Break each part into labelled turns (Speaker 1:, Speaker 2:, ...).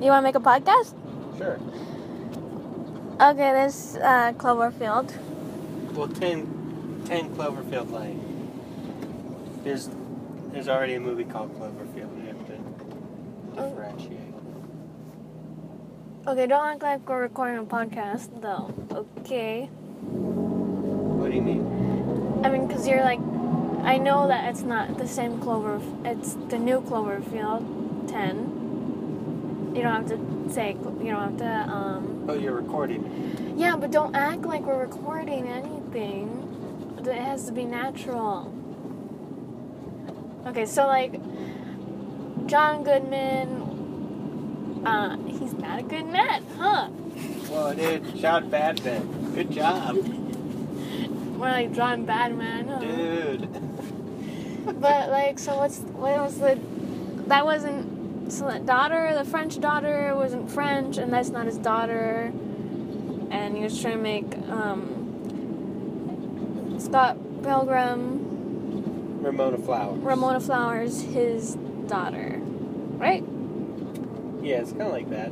Speaker 1: You want to make a podcast?
Speaker 2: Sure.
Speaker 1: Okay, this uh, Cloverfield.
Speaker 2: Well, 10, 10 Cloverfield Lane. There's there's already a movie called Cloverfield. You have to differentiate.
Speaker 1: Okay, don't act like we're recording a podcast though. Okay.
Speaker 2: What do you mean?
Speaker 1: I mean, cause you're like, I know that it's not the same Clover. It's the new Cloverfield, ten. You don't have to say. You don't have to. Um.
Speaker 2: Oh, you're recording.
Speaker 1: Yeah, but don't act like we're recording anything. It has to be natural. Okay, so like, John Goodman. Uh, he's not a good man, huh?
Speaker 2: Well, dude, shot bad then. Good job,
Speaker 1: More like John Badman. Huh?
Speaker 2: dude.
Speaker 1: But like, so what's what was the? That wasn't so that daughter. The French daughter wasn't French, and that's not his daughter. And he was trying to make um, Scott Pilgrim,
Speaker 2: Ramona Flowers.
Speaker 1: Ramona Flowers, his daughter, right?
Speaker 2: Yeah, it's kind of like that.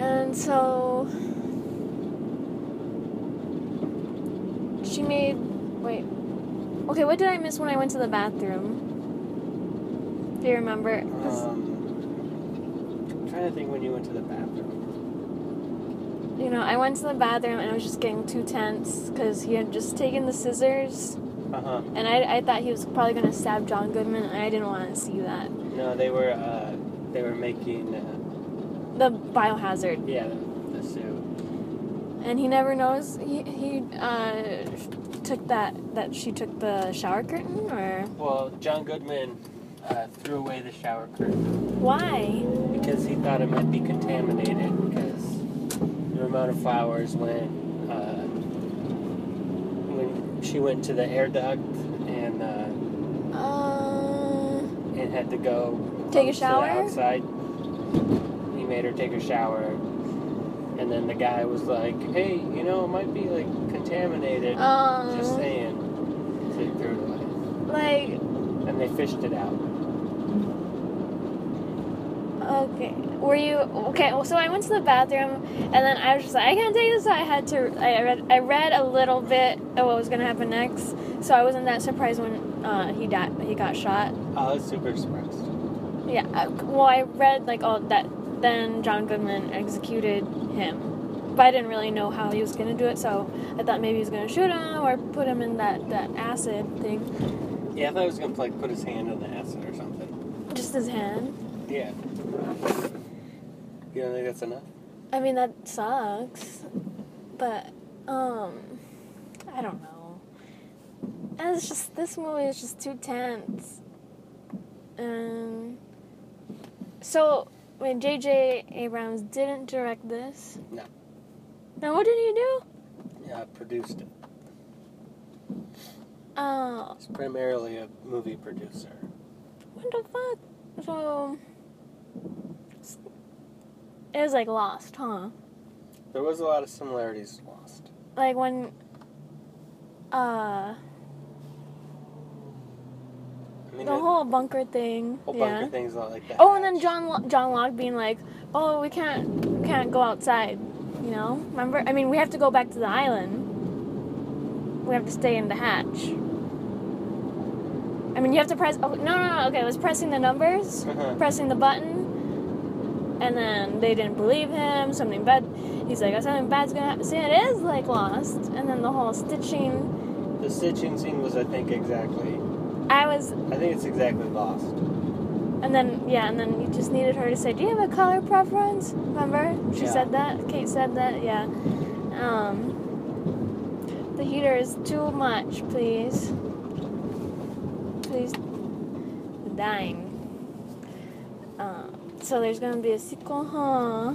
Speaker 1: And so she made wait. Okay, what did I miss when I went to the bathroom? Do you remember? 'Cause-
Speaker 2: Um, I'm trying to think when you went to the bathroom.
Speaker 1: You know, I went to the bathroom and I was just getting too tense because he had just taken the scissors
Speaker 2: Uh huh.
Speaker 1: and I, I thought he was probably going to stab John Goodman and I didn't want to see that.
Speaker 2: No, they were uh, they were making uh,
Speaker 1: The biohazard.
Speaker 2: yeah the, the suit.
Speaker 1: And he never knows. He, he uh, took that, that she took the shower curtain or
Speaker 2: Well, John Goodman uh, threw away the shower curtain.
Speaker 1: why?
Speaker 2: because he thought it might be contaminated because the amount of flowers went uh, when she went to the air duct and uh,
Speaker 1: Uh,
Speaker 2: and had to go
Speaker 1: Take a
Speaker 2: out to the
Speaker 1: shower?
Speaker 2: outside. He made her take a shower, and then the guy was like, "Hey, you know, it might be like contaminated." Just
Speaker 1: um,
Speaker 2: saying. So he threw it away,
Speaker 1: like,
Speaker 2: and they fished it out.
Speaker 1: okay. Were you okay? well, So I went to the bathroom, and then I was just like, I can't take this. I had to. I read. I read a little bit of what was gonna happen next, so I wasn't that surprised when uh, he died. He got shot.
Speaker 2: I was super surprised.
Speaker 1: Yeah. I- Well, I read like all that. Then John Goodman executed him, but I didn't really know how he was gonna do it. So I thought maybe he was gonna shoot him or put him in that that acid thing,
Speaker 2: Yeah, I thought he was gonna like put his hand in the acid or something.
Speaker 1: just his hand.
Speaker 2: Yeah. You don't think that's enough?
Speaker 1: I mean that sucks, but um, I don't know. And it's just this movie is just too tense. Um, so wait, J.J. Abrams didn't direct this.
Speaker 2: No.
Speaker 1: Now what did he do?
Speaker 2: Yeah, I produced it.
Speaker 1: Oh,
Speaker 2: It's primarily a movie producer.
Speaker 1: what the fuck? So it was like Lost, huh?
Speaker 2: There was a lot of similarities to Lost.
Speaker 1: like when uh
Speaker 2: I mean,
Speaker 1: the
Speaker 2: the
Speaker 1: whole bunker thing
Speaker 2: whole
Speaker 1: yeah
Speaker 2: bunch of things a lot like that.
Speaker 1: oh and then john Lo- john locke being like oh we can't we can't go outside you know remember i mean we have to go back to the island we have to stay in the hatch i mean you have to press oh, no no no okay it was pressing the numbers
Speaker 2: Uh-huh.
Speaker 1: pressing the button and then they didn't believe him something bad he's like "Oh, something bad's gonna happen see it is like lost and then the whole stitching
Speaker 2: The stitching scene was, I think, exactly.
Speaker 1: I was,
Speaker 2: I think it's exactly Lost.
Speaker 1: and then yeah, and then you just needed her to say, "Do you have a color preference?" Remember, she
Speaker 2: Yeah.
Speaker 1: said that. Kate said that. Yeah. Um, the heater is too much, please. Please, I'm dying. Uh, so there's gonna be a sequel, huh?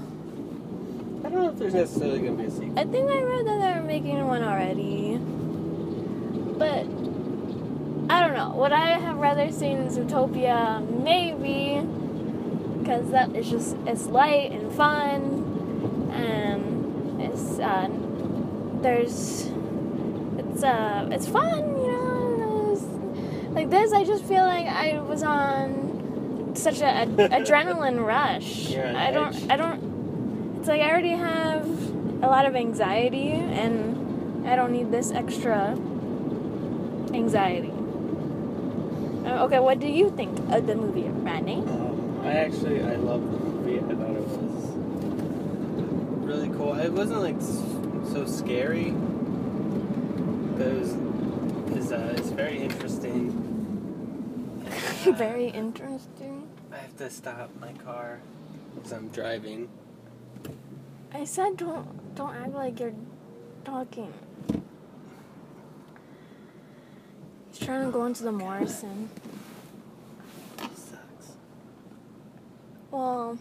Speaker 2: I don't know if there's necessarily going to be a sequel.
Speaker 1: I think I read that they were making one already. But I don't know. Would I have rather seen Zootopia? Maybe. Because that is just, it's light and fun. And it's, uh, there's, it's, uh, it's fun, you know? and it's- Like this, I just feel like I was on such a, ad- adrenaline rush.
Speaker 2: You're on
Speaker 1: I don't.
Speaker 2: edge.
Speaker 1: I don't. It's like I already have a lot of anxiety, and I don't need this extra anxiety. Uh, Okay, what do you think of the movie, Rodney?
Speaker 2: Um, I actually I loved the movie. I thought it was really cool. It wasn't like s- so scary, but it was is uh, it's very interesting.
Speaker 1: Very interesting.
Speaker 2: I have to stop my car because I'm driving.
Speaker 1: I said don't don't act like you're talking. He's trying to go into the Morrison.
Speaker 2: Sucks.
Speaker 1: Well,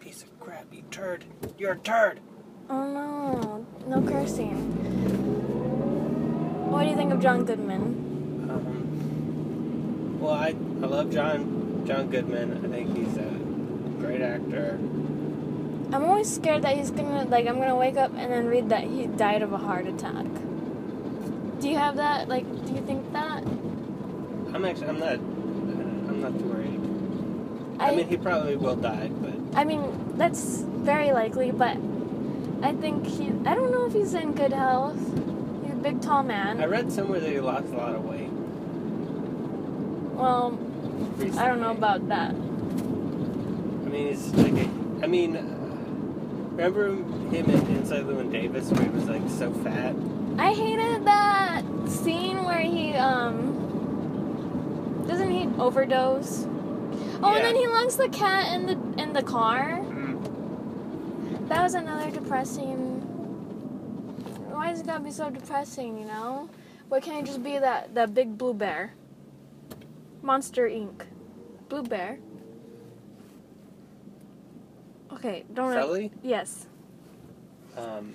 Speaker 2: Piece of crap, you turd. You're a turd.
Speaker 1: oh no, no cursing. What do you think of John Goodman?
Speaker 2: Um, well, I, I love John John Goodman. I think he's a great actor.
Speaker 1: I'm always scared that he's gonna like I'm gonna wake up and then read that he died of a heart attack. Do you have that? Like, do you think that?
Speaker 2: I'm actually I'm not I'm not too worried. I mean, he probably will die, but
Speaker 1: I mean, that's very likely, but I think he. I don't know if he's in good health. He's a big, tall
Speaker 2: I
Speaker 1: man.
Speaker 2: read somewhere that he lost a lot of weight.
Speaker 1: Well,
Speaker 2: Recently.
Speaker 1: I don't know about that.
Speaker 2: I mean, he's like, a, I mean, uh, remember him in Inside Llewyn Davis where he was like so fat?
Speaker 1: I hated that scene where he, um. Doesn't he overdose? Oh, and then
Speaker 2: Yeah.
Speaker 1: he lungs the cat in the in the car. That was another depressing. Why does it gotta be so depressing? You know, why can't it just be that that big blue bear? Monster Inc. Blue bear. Okay, don't.
Speaker 2: Sully?
Speaker 1: Yes.
Speaker 2: Um,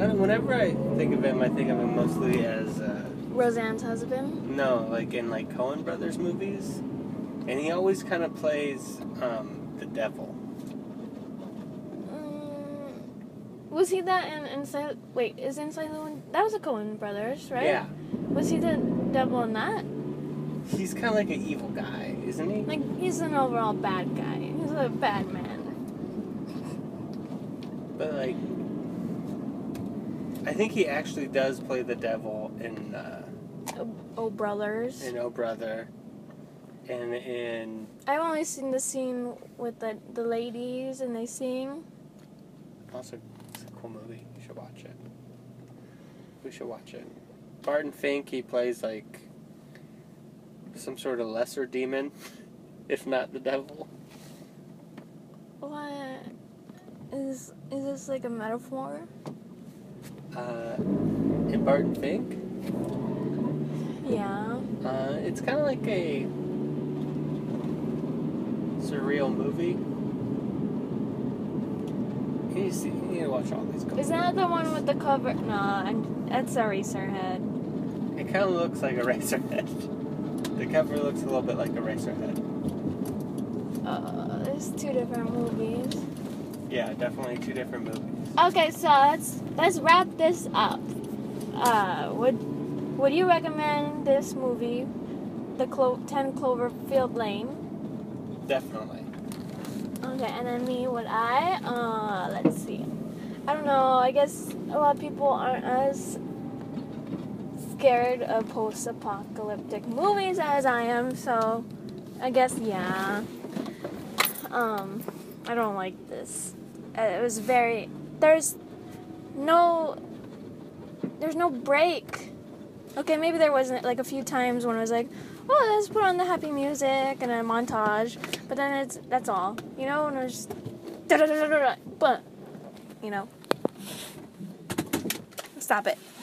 Speaker 2: I don't- whenever I think of him, I think of him mostly as uh,
Speaker 1: Roseanne's husband.
Speaker 2: no, like in like Cohen Brothers movies, and he always kind of plays um, the devil.
Speaker 1: Mm, was he that in Inside? Wait, is Inside Llewyn? That was a Cohen Brothers, right?
Speaker 2: Yeah,
Speaker 1: Was he the devil in that?
Speaker 2: he's kind of like an evil guy, isn't he?
Speaker 1: Like he's an overall bad guy. He's a bad man.
Speaker 2: But like, I think he actually does play the devil in uh,
Speaker 1: Oh, brothers.
Speaker 2: in Oh Brother, and in
Speaker 1: I've only seen the scene with the, the ladies and they sing.
Speaker 2: also it's a cool movie. You should watch it. We should watch it. Barton Fink he plays like some sort of lesser demon, if not the devil.
Speaker 1: What is is this like a metaphor?
Speaker 2: Uh, in Barton Fink,
Speaker 1: Yeah.
Speaker 2: uh, it's kind of like a surreal movie. You need to, see, you need to watch all these.
Speaker 1: Is that the one with the cover? No, I'm, that's a Eraserhead.
Speaker 2: It kind of looks like a Razorhead. The cover looks a little bit like a Razorhead.
Speaker 1: Uh, there's two different movies.
Speaker 2: Yeah, definitely two different movies.
Speaker 1: Okay, so let's let's wrap this up. Uh, would would you recommend this movie, The Clo- Ten Cloverfield Lane?
Speaker 2: Definitely.
Speaker 1: Okay, and then me, would I? Uh, let's see. I don't know. I guess a lot of people aren't as scared of post-apocalyptic movies as I am, so I guess yeah. Um, I don't like this. Uh, It was very. There's no. There's no break. Okay, maybe there wasn't like a few times when I was like, "Oh, let's put on the happy music and a montage," but then it's that's all, you know. And I was just da da da da da, but you know, stop it.